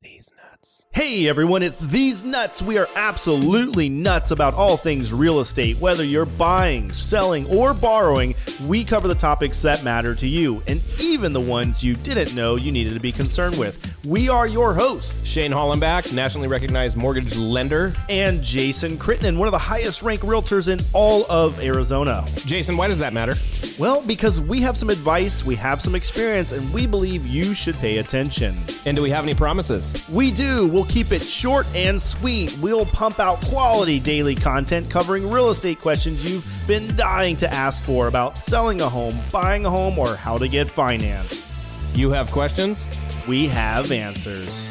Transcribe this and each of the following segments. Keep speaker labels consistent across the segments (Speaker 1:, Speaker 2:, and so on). Speaker 1: These nuts.
Speaker 2: Hey everyone, it's These Nuts. We are absolutely nuts about all things real estate. Whether you're buying, selling, or borrowing, we cover the topics that matter to you and even the ones you didn't know you needed to be concerned with. We are your hosts
Speaker 1: Shane Hollenbach, nationally recognized mortgage lender.
Speaker 2: and Jason Crittenden, one of the highest ranked realtors in all of Arizona.
Speaker 1: Jason, why does that matter?
Speaker 2: Well, because we have some advice, we have some experience, and we believe you should pay attention.
Speaker 1: And do we have any promises?
Speaker 2: We do. We'll keep it short and sweet. We'll pump out quality daily content covering real estate questions you've been dying to ask for about selling a home, buying a home, or how to get financed.
Speaker 1: You have questions?
Speaker 2: We have answers.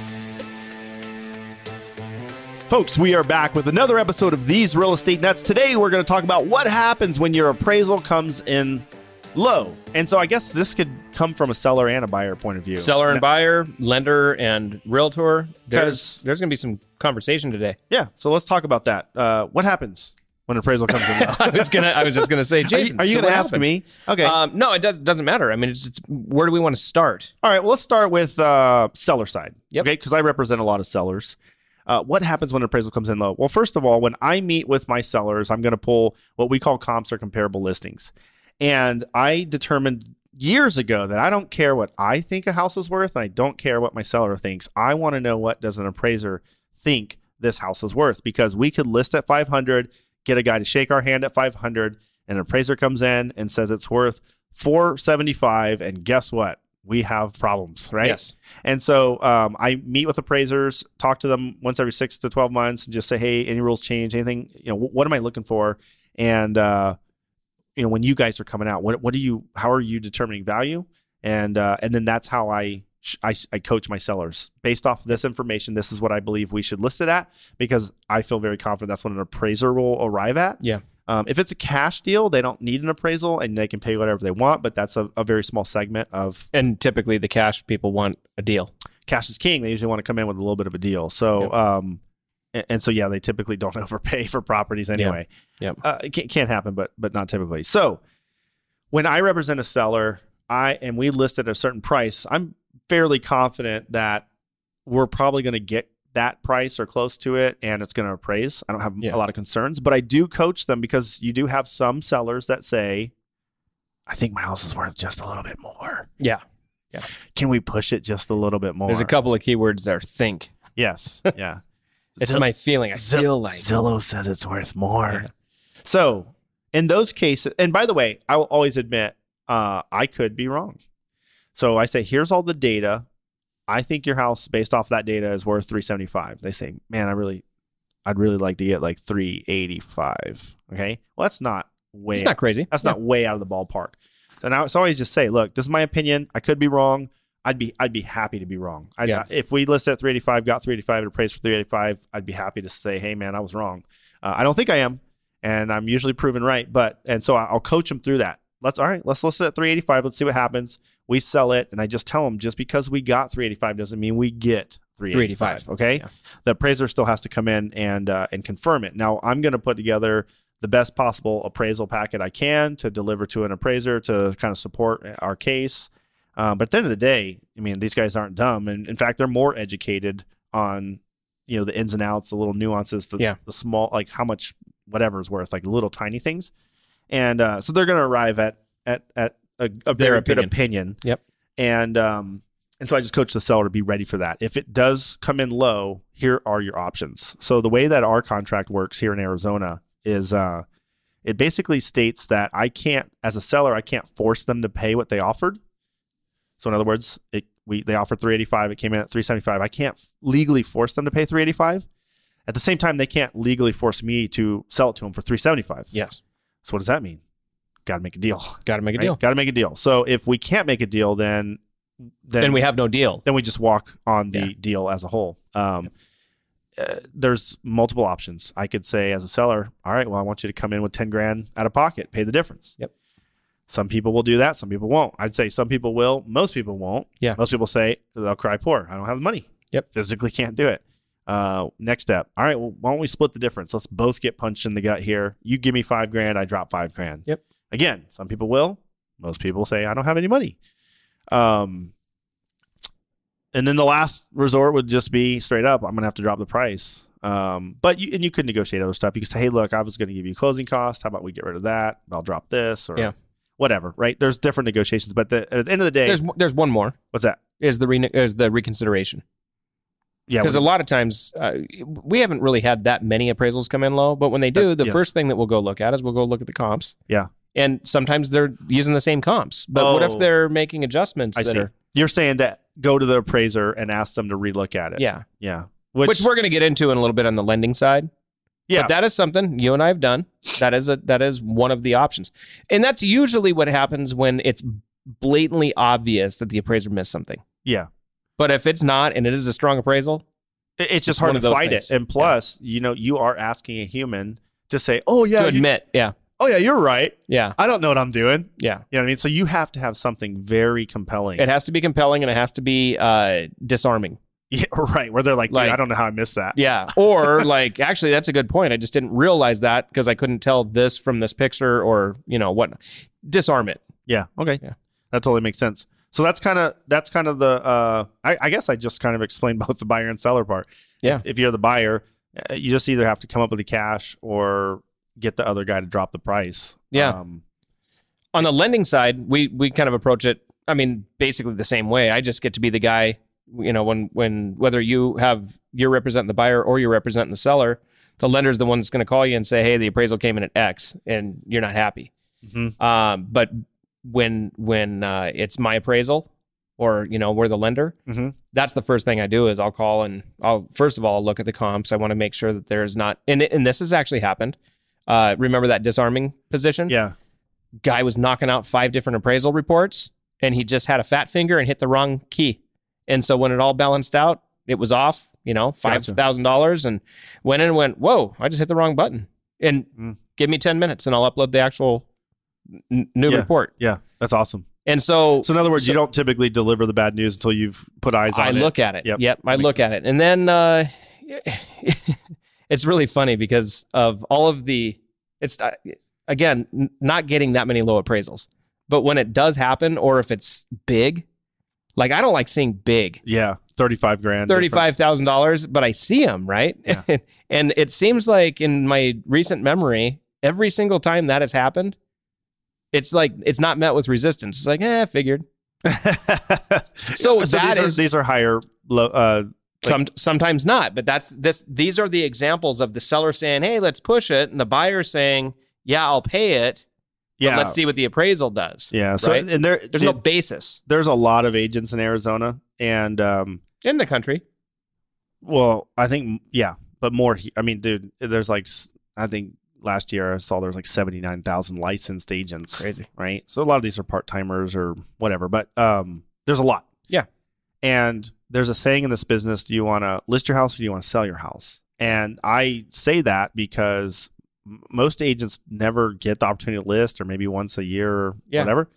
Speaker 2: Folks, we are back with another episode of These Real Estate Nuts. Today, we're going to talk about what happens when your appraisal comes in low. And so, I guess this could come from a seller and a buyer point of view.
Speaker 1: Seller and buyer, lender and realtor. There's
Speaker 2: 'Cause-
Speaker 1: there's gonna be some conversation today.
Speaker 2: Yeah, so let's talk about that. Uh, what happens when appraisal comes in?
Speaker 1: I was gonna I was just gonna say,
Speaker 2: are you,
Speaker 1: Jason.
Speaker 2: are you
Speaker 1: so
Speaker 2: going to
Speaker 1: what
Speaker 2: ask
Speaker 1: happens?
Speaker 2: me? Okay.
Speaker 1: Um, no, it does, doesn't matter. I mean, it's, it's where do we want to start?
Speaker 2: All right. Well, let's start with uh, seller side.
Speaker 1: Yep.
Speaker 2: Okay. Because I represent a lot of sellers. Uh, what happens when appraisal comes in low? Well, first of all, when I meet with my sellers, I'm going to pull what we call comps or comparable listings. And I determined years ago that I don't care what I think a house is worth. And I don't care what my seller thinks. I want to know what does an appraiser think this house is worth because we could list at 500, get a guy to shake our hand at 500, and an appraiser comes in and says it's worth 475 and guess what? We have problems, right?
Speaker 1: Yes.
Speaker 2: And so um, I meet with appraisers, talk to them once every six to twelve months, and just say, "Hey, any rules change? Anything? You know, wh- what am I looking for?" And uh, you know, when you guys are coming out, what what do you? How are you determining value? And uh, and then that's how I, sh- I s- I coach my sellers based off this information. This is what I believe we should list it at because I feel very confident that's what an appraiser will arrive at.
Speaker 1: Yeah.
Speaker 2: Um, if it's a cash deal, they don't need an appraisal and they can pay whatever they want, but that's a, a very small segment of
Speaker 1: And typically the cash people want a deal.
Speaker 2: cash is king, they usually want to come in with a little bit of a deal. So,
Speaker 1: Yep.
Speaker 2: um, and, and so yeah, they typically don't overpay for properties anyway.
Speaker 1: Yep.
Speaker 2: Uh, it can't, can't happen, but but not typically. So, when I represent a seller, I and we list at a certain price, I'm fairly confident that we're probably going to get that price or close to it and it's going to appraise. I don't have
Speaker 1: Yeah.
Speaker 2: a lot of concerns, but I do coach them because you do have some sellers that say, I think my house is worth just a little bit more.
Speaker 1: Yeah.
Speaker 2: Can we push it just a little bit more?
Speaker 1: There's a couple of keywords there. Think.
Speaker 2: Yes. Yeah.
Speaker 1: It's
Speaker 2: Zil-
Speaker 1: my feeling. I
Speaker 2: Zil-
Speaker 1: feel like
Speaker 2: Zillow says it's worth more.
Speaker 1: Yeah.
Speaker 2: So in those cases, and by the way, I will always admit uh, I could be wrong. So I say, here's all the data. I think your house, based off that data, is worth 375. They say, man, I really, I'd really like to get like 385. Okay, well that's not way.
Speaker 1: it's not crazy.
Speaker 2: That's not way out of the ballpark. And I so I always just say, look, this is my opinion. I could be wrong. I'd be I'd be happy to be wrong. I'd,
Speaker 1: Yeah.
Speaker 2: If we list at 385, got 385 and appraised for 385, I'd be happy to say, hey man, I was wrong. Uh, I don't think I am, and I'm usually proven right. But and so I- I'll coach them through that. Let's all right. Let's list it at 385. Let's see what happens. We sell it, and I just tell them just because we got 385 doesn't mean we get 385.
Speaker 1: 385,
Speaker 2: Okay,
Speaker 1: yeah.
Speaker 2: the appraiser still has to come in and uh, and confirm it. Now I'm going to put together the best possible appraisal packet I can to deliver to an appraiser to kind of support uh, our case. Um, but at the end of the day, I mean, these guys aren't dumb, and in fact, they're more educated on you know the ins and outs, the little nuances, the,
Speaker 1: Yeah.
Speaker 2: the small like how much whatever is worth, like little tiny things, and uh, so they're going to arrive at at at a, a
Speaker 1: Their
Speaker 2: very good
Speaker 1: opinion.
Speaker 2: opinion.
Speaker 1: Yep.
Speaker 2: And um, and so I just coach the seller to be ready for that. If it does come in low, here are your options. So the way that our contract works here in Arizona is uh, it basically states that I can't, as a seller, I can't force them to pay what they offered. So in other words, it we they offered 385, it came in at 375. I can't legally force them to pay 385. At the same time, they can't legally force me to sell it to them for 375.
Speaker 1: Yes.
Speaker 2: So what does that mean? Got to make a deal.
Speaker 1: Got to make a deal.
Speaker 2: Got to make a deal. So if we can't make a deal, then then,
Speaker 1: Then we have no deal.
Speaker 2: then we just walk on the
Speaker 1: Yeah.
Speaker 2: deal as a whole. Um, uh, there's multiple options. I could say as a seller, all right, well, I want you to come in with 10 grand out of pocket, pay the difference.
Speaker 1: Yep.
Speaker 2: Some people will do that. Some people won't. I'd say some people will. Most people won't.
Speaker 1: Yeah.
Speaker 2: Most people say they'll cry poor. I don't have the money.
Speaker 1: Yep.
Speaker 2: Physically can't do it. Uh, next step. All right. Well, why don't we split the difference? Let's both get punched in the gut here. You give me five grand. I drop five grand.
Speaker 1: Yep.
Speaker 2: Again, some people will. Most people say I don't have any money. Um, And then the last resort would just be straight up, I'm gonna have to drop the price. Um, but you and you could negotiate other stuff. You could say, hey, look, I was gonna give you closing cost. How about we get rid of that? I'll drop this or
Speaker 1: Yeah.
Speaker 2: whatever, right? There's different negotiations, but the, at the end of the day,
Speaker 1: There's there's one more.
Speaker 2: what's that?
Speaker 1: Is the rene- is the reconsideration
Speaker 2: Yeah,
Speaker 1: because
Speaker 2: what-
Speaker 1: a lot of times uh, we haven't really had that many appraisals come in low, but when they do,
Speaker 2: That-
Speaker 1: the
Speaker 2: yes.
Speaker 1: first thing that we'll go look at is we'll go look at the comps.
Speaker 2: Yeah.
Speaker 1: and sometimes they're using the same comps, but what
Speaker 2: Oh.
Speaker 1: if they're making adjustments?
Speaker 2: I
Speaker 1: that
Speaker 2: see.
Speaker 1: Are,
Speaker 2: You're saying that go to the appraiser and ask them to relook at it.
Speaker 1: yeah,
Speaker 2: Yeah.
Speaker 1: which, we're going to get into in a little bit on the lending side.
Speaker 2: Yeah.
Speaker 1: But that is something you and I have done. That is a that is one of the options. And that's usually what happens when it's blatantly obvious that the appraiser missed something.
Speaker 2: Yeah.
Speaker 1: But if it's not and it is a strong appraisal,
Speaker 2: It- it's
Speaker 1: It's
Speaker 2: just
Speaker 1: one
Speaker 2: hard to
Speaker 1: of those
Speaker 2: fight
Speaker 1: things.
Speaker 2: it. And plus, you know, you are asking a human to say, "Oh yeah,
Speaker 1: to
Speaker 2: you,
Speaker 1: admit, yeah.
Speaker 2: oh yeah, you're right.
Speaker 1: Yeah.
Speaker 2: I don't know what I'm doing."
Speaker 1: Yeah.
Speaker 2: You know what I mean? So you have to have something very compelling.
Speaker 1: It has to be compelling and it has to be uh disarming.
Speaker 2: yeah, right, where they're like, "Dude,
Speaker 1: Like-
Speaker 2: I don't know how I missed that."
Speaker 1: Yeah. Or like actually that's a good point. I just didn't realize that because I couldn't tell this from this picture or, you know, what disarm it.
Speaker 2: Yeah. Okay.
Speaker 1: Yeah.
Speaker 2: That totally makes sense. So that's kind of that's kind of the uh I, I guess I just kind of explained both the buyer and seller part.
Speaker 1: Yeah.
Speaker 2: If, if you're the buyer, uh, you just either have to come up with the cash or get the other guy to drop the price.
Speaker 1: Yeah.
Speaker 2: Um,
Speaker 1: on the lending side, we we kind of approach it. I mean, basically the same way. I just get to be the guy. You know, when when whether you have you're representing the buyer or you're representing the seller, the lender's the one that's going to call you and say, "Hey, the appraisal came in at X, and you're not happy."
Speaker 2: mhm.
Speaker 1: Um, but when when uh, it's my appraisal, or you know, we're the lender.
Speaker 2: Mhm.
Speaker 1: That's the first thing I do is I'll call and I'll first of all I'll look at the comps. I want to make sure that there's not and and this has actually happened. Uh, remember that disarming position?
Speaker 2: Yeah.
Speaker 1: guy was knocking out five different appraisal reports and he just had a fat finger and hit the wrong key. And so when it all balanced out, it was off, you know, five
Speaker 2: Gotcha.
Speaker 1: thousand dollars and went in and went, Whoa, I just hit the wrong button. And
Speaker 2: Mm.
Speaker 1: give me ten minutes and I'll upload the actual n- new
Speaker 2: Yeah.
Speaker 1: report.
Speaker 2: Yeah. That's awesome.
Speaker 1: And so,
Speaker 2: So in other words,
Speaker 1: So-
Speaker 2: you don't typically deliver the bad news until you've put eyes on
Speaker 1: I
Speaker 2: it.
Speaker 1: look at it.
Speaker 2: Yep,
Speaker 1: Yep. I
Speaker 2: makes
Speaker 1: look at
Speaker 2: sense.
Speaker 1: it. And then uh, it's really funny because of all of the, it's uh, again, n- not getting that many low appraisals. But when it does happen, or if it's big, like I don't like seeing big.
Speaker 2: Yeah. Thirty-five grand.
Speaker 1: Thirty-five
Speaker 2: difference.
Speaker 1: thousand dollars, but I see them right,
Speaker 2: Yeah.
Speaker 1: and it seems like in my recent memory, every single time that has happened, it's like it's not met with resistance. It's like, eh, figured. So that
Speaker 2: these are,
Speaker 1: is-
Speaker 2: these are higher. Low, uh, Like-
Speaker 1: Some sometimes not, but that's this. These are the examples of the seller saying, "Hey, let's push it," and the buyer saying, "Yeah, I'll pay it."
Speaker 2: yeah.
Speaker 1: But let's see what the appraisal does.
Speaker 2: yeah. So
Speaker 1: right?
Speaker 2: and there,
Speaker 1: There's no basis
Speaker 2: there's a lot of agents in Arizona, and um,
Speaker 1: in the country.
Speaker 2: well, I think yeah, but more. he- I mean, dude, there's like s- I think last year I saw there's like seventy nine thousand licensed agents,
Speaker 1: Crazy.
Speaker 2: right? So a lot of these are part timers or whatever, but um, there's a lot.
Speaker 1: Yeah.
Speaker 2: and there's a saying in this business: Do you want to list your house or do you want to sell your house? And I say that because m- most agents never get the opportunity to list, or maybe once a year, or
Speaker 1: Yeah.
Speaker 2: whatever.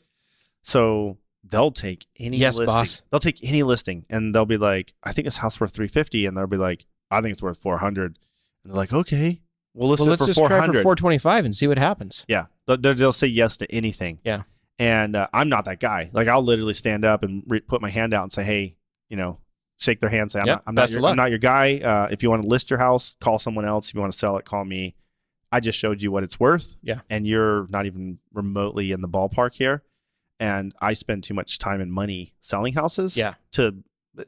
Speaker 2: So they'll take any
Speaker 1: Yes,
Speaker 2: listing.
Speaker 1: boss.
Speaker 2: They'll take any listing and they'll be like, I think this house worth 350 and they'll be like, I think it's worth 400. And they're like, okay, we'll list
Speaker 1: Well,
Speaker 2: it
Speaker 1: let's
Speaker 2: for
Speaker 1: just try
Speaker 2: 400.
Speaker 1: for 425 and see what happens.
Speaker 2: yeah. They'll, they'll- they'll say yes to anything.
Speaker 1: Yeah.
Speaker 2: And uh, I'm not that guy. Like I'll literally stand up and re- put my hand out and say, hey, you know, shake their hand, say, I'm,
Speaker 1: Yep,
Speaker 2: not, I'm, not
Speaker 1: best of
Speaker 2: your, I'm
Speaker 1: luck.
Speaker 2: not your guy. Uh, if you want to list your house, call someone else. If you want to sell it, call me. I just showed you what it's worth.
Speaker 1: Yeah.
Speaker 2: And you're not even remotely in the ballpark here. And I spend too much time and money selling houses.
Speaker 1: Yeah.
Speaker 2: To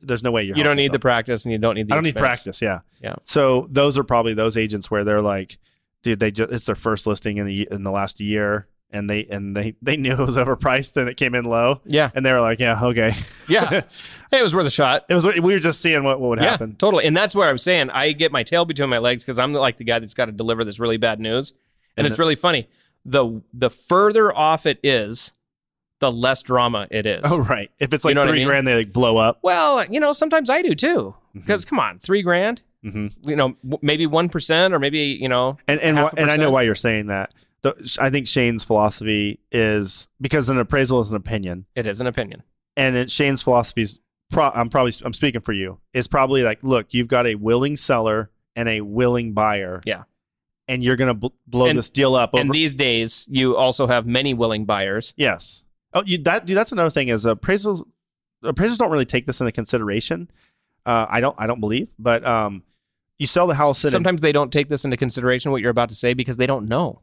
Speaker 2: there's no way your
Speaker 1: You
Speaker 2: house
Speaker 1: don't
Speaker 2: is
Speaker 1: need the
Speaker 2: selling.
Speaker 1: practice, and you don't need the.
Speaker 2: I don't need
Speaker 1: expense.
Speaker 2: practice. Yeah.
Speaker 1: Yeah.
Speaker 2: So those are probably those agents where they're like, dude, they just it's their first listing in the in the last year, and they and they they knew it was overpriced and it came in low,
Speaker 1: Yeah,
Speaker 2: and they were like, yeah, okay,
Speaker 1: yeah. hey, it was worth a shot.
Speaker 2: it was we were just seeing what what would
Speaker 1: yeah,
Speaker 2: happen.
Speaker 1: totally. And that's where I'm saying I get my tail between my legs because I'm like the guy that's got to deliver this really bad news. And,
Speaker 2: And
Speaker 1: it's really funny. The the further off it is, the less drama it is.
Speaker 2: Oh right, if it's
Speaker 1: You
Speaker 2: like
Speaker 1: know what I
Speaker 2: three
Speaker 1: mean?
Speaker 2: grand, they like blow up. Mm-hmm.
Speaker 1: Well, you know, sometimes I do too. Because come on, three grand,
Speaker 2: hmm
Speaker 1: you know, w- maybe one percent, or maybe you know,
Speaker 2: And and
Speaker 1: Half
Speaker 2: wh-
Speaker 1: a
Speaker 2: and I know
Speaker 1: percent.
Speaker 2: why you're saying that. The, I think Shane's philosophy is because an appraisal is an opinion,
Speaker 1: it is an opinion.
Speaker 2: and it, Shane's philosophy is pro- I'm probably I'm speaking for you is probably like look you've got a willing seller and a willing buyer
Speaker 1: Yeah.
Speaker 2: and you're gonna bl- blow
Speaker 1: And-
Speaker 2: this deal up over
Speaker 1: And these days, you also have many willing buyers.
Speaker 2: yes oh you, that dude that's another thing is appraisals appraisers don't really take this into consideration. Uh, I don't I don't believe, but um, you sell the house and
Speaker 1: Sometimes they don't take this into consideration what you're about to say because they don't know.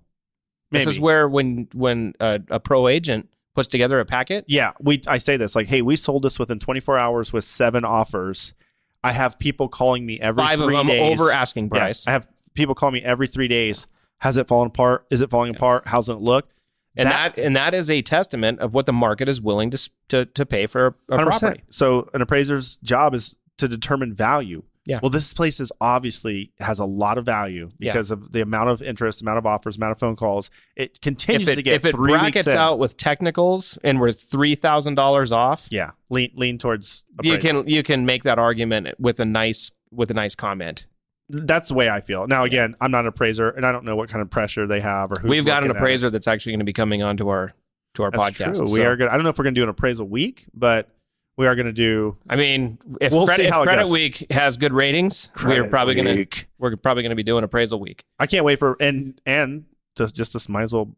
Speaker 2: maybe,
Speaker 1: This is where when when a, a pro agent puts together a packet,
Speaker 2: yeah we I say this like hey we sold this within 24 hours with seven offers. I have people calling me every
Speaker 1: five of
Speaker 2: three
Speaker 1: them
Speaker 2: days.
Speaker 1: over asking
Speaker 2: Yeah,
Speaker 1: price,
Speaker 2: I have people call me every three days. Has it fallen apart? Is it falling apart? How's it look?
Speaker 1: and that, and that is a testament of what the market is willing to s- to, to pay for a, a
Speaker 2: 100%.
Speaker 1: property.
Speaker 2: So an appraiser's job is to determine value.
Speaker 1: Yeah.
Speaker 2: Well, this place is obviously has a lot of value
Speaker 1: Yeah.
Speaker 2: because of the amount of interest, amount of offers, amount of phone calls. It continues
Speaker 1: If it,
Speaker 2: to get
Speaker 1: if it
Speaker 2: three weeks
Speaker 1: brackets
Speaker 2: in.
Speaker 1: out with technicals and we're three thousand dollars off,
Speaker 2: Yeah, lean lean towards
Speaker 1: you
Speaker 2: appraisal.
Speaker 1: can you can make that argument with a nice with a nice comment.
Speaker 2: That's the way I feel. Now, again, I'm not an appraiser, and I don't know what kind of pressure they have or who's
Speaker 1: We've got an
Speaker 2: looking at it.
Speaker 1: appraiser that's actually going to be coming onto our to our
Speaker 2: That's
Speaker 1: podcast.
Speaker 2: true.
Speaker 1: so-
Speaker 2: We are good. I don't know if we're going to do an appraisal week, but we are going to do
Speaker 1: I mean, if
Speaker 2: We'll
Speaker 1: credit,
Speaker 2: see
Speaker 1: if
Speaker 2: how it
Speaker 1: credit
Speaker 2: goes.
Speaker 1: Week has good ratings, we're
Speaker 2: Credit
Speaker 1: probably gonna
Speaker 2: week.
Speaker 1: we're probably gonna be doing appraisal week.
Speaker 2: I can't wait for and and just just this might as well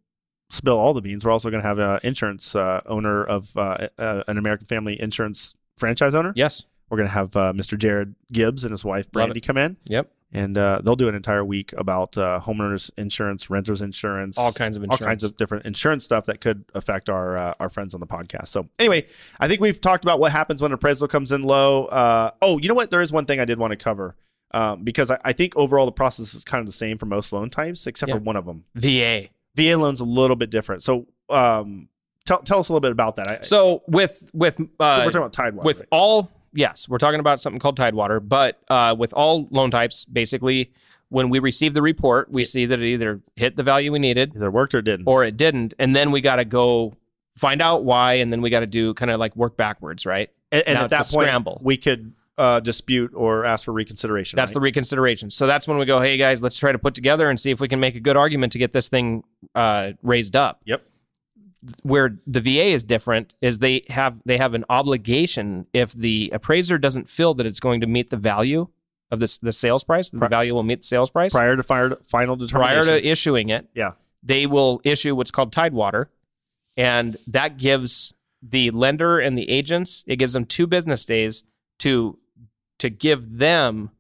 Speaker 2: spill all the beans. We're also going to have an insurance uh, owner of uh, uh, an American Family Insurance franchise owner.
Speaker 1: Yes.
Speaker 2: We're going to have uh, Mr. Jared Gibbs and his wife Brandy come in,
Speaker 1: Yep.
Speaker 2: and uh, they'll do an entire week about uh, homeowners insurance, renters insurance,
Speaker 1: All kinds of
Speaker 2: all
Speaker 1: insurance.
Speaker 2: kinds of different insurance stuff that could affect our uh, our friends on the podcast. So anyway, I think we've talked about what happens when appraisal comes in low. Uh, oh, you know what? There is one thing I did want to cover um, because I, I think overall the process is kind of the same for most loan types, except
Speaker 1: Yeah.
Speaker 2: for one of them.
Speaker 1: VA.
Speaker 2: VA loans a little bit different. So um, tell tell us a little bit about that. I, so
Speaker 1: So with with
Speaker 2: we're
Speaker 1: uh,
Speaker 2: talking about Tidewater.
Speaker 1: with
Speaker 2: right?
Speaker 1: all yes, we're talking about something called Tidewater, but uh, with all loan types, basically, when we receive the report, we see that it either hit the value we needed
Speaker 2: either worked or didn't.
Speaker 1: or it didn't, and then we got to go find out why, and then we got to do kind of like work backwards, right?
Speaker 2: and and
Speaker 1: now
Speaker 2: at that
Speaker 1: it's a
Speaker 2: point,
Speaker 1: scramble.
Speaker 2: we could uh, dispute or ask for reconsideration.
Speaker 1: That's
Speaker 2: right?
Speaker 1: the reconsideration. So that's when we go, hey guys, let's try to put together and see if we can make a good argument to get this thing uh, raised up.
Speaker 2: Yep.
Speaker 1: Where the VA is different is they have they have an obligation if the appraiser doesn't feel that it's going to meet the value of this the sales price, that the
Speaker 2: Pri-
Speaker 1: value will meet the sales price
Speaker 2: prior to fire, final determination.
Speaker 1: prior to issuing it.
Speaker 2: Yeah.
Speaker 1: They will issue what's called Tidewater, and that gives the lender and the agents it gives them two business days to to give them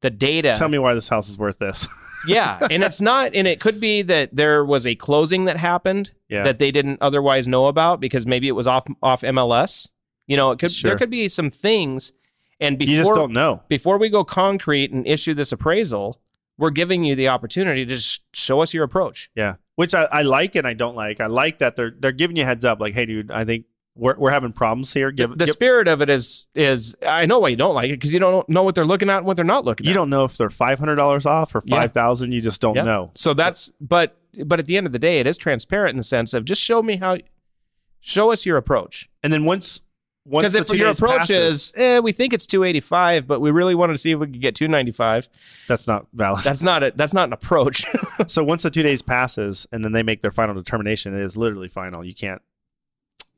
Speaker 1: the data
Speaker 2: tell me why this house is worth this.
Speaker 1: yeah, and it's not, and it could be that there was a closing that happened
Speaker 2: yeah.
Speaker 1: that they didn't otherwise know about because maybe it was off off MLS. You know, it could
Speaker 2: Sure.
Speaker 1: there could be some things, and
Speaker 2: you just
Speaker 1: before
Speaker 2: don't know.
Speaker 1: before we go concrete and issue this appraisal, we're giving you the opportunity to just show us your approach.
Speaker 2: Yeah, which I, I like and I don't like. I like that they're they're giving you a heads up, like, hey, dude, I think we're we're having problems here. Give,
Speaker 1: the
Speaker 2: give-
Speaker 1: spirit of it is is I know why you don't like it because you don't know what they're looking at and what they're not looking
Speaker 2: you
Speaker 1: at.
Speaker 2: don't know if they're five hundred dollars off or
Speaker 1: Yeah.
Speaker 2: five thousand. You just don't
Speaker 1: Yep.
Speaker 2: know.
Speaker 1: So that's but but at the end of the day, it is transparent in the sense of just show me how, show us your approach.
Speaker 2: And then once once
Speaker 1: Because
Speaker 2: the
Speaker 1: if
Speaker 2: two
Speaker 1: your
Speaker 2: days
Speaker 1: approach
Speaker 2: passes,
Speaker 1: is, eh, we think it's 285, but we really wanted to see if we could get 295.
Speaker 2: that's not valid.
Speaker 1: That's not a that's not an approach.
Speaker 2: so once the two days passes and then they make their final determination, it is literally final. You can't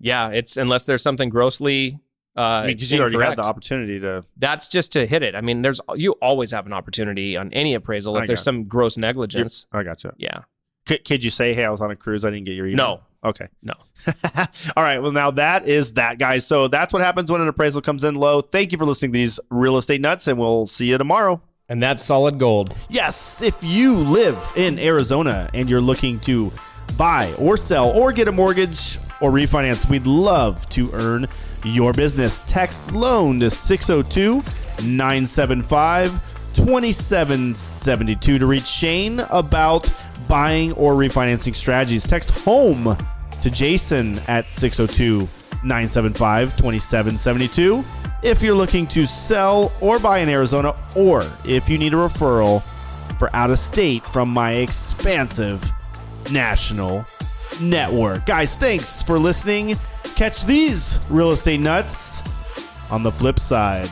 Speaker 1: yeah, it's unless there's something grossly
Speaker 2: I
Speaker 1: uh,
Speaker 2: mean, 'cause you already had
Speaker 1: incorrect.
Speaker 2: the opportunity to.
Speaker 1: that's just to hit it. I mean, there's you always have an opportunity on any appraisal
Speaker 2: I
Speaker 1: if there's
Speaker 2: got it.
Speaker 1: some gross negligence.
Speaker 2: "Oh, I gotcha.
Speaker 1: Yeah,
Speaker 2: Could, could you say, hey, I was on a cruise, I didn't get your email?
Speaker 1: no,
Speaker 2: Okay.
Speaker 1: No.
Speaker 2: All right. Well, now that is that, guys. So that's what happens when an appraisal comes in low. Thank you for listening to these real estate nuts, and we'll see you tomorrow.
Speaker 1: and that's solid gold.
Speaker 2: Yes, if you live in Arizona and you're looking to buy or sell or get a mortgage or refinance, we'd love to earn your business. Text loan to 602 975 2772 to reach Shane about buying or refinancing strategies. Text home to Jason at 602 975 2772 if you're looking to sell or buy in Arizona or if you need a referral for out of state from my expansive national network. Guys, thanks for listening. Catch these real estate nuts on the flip side.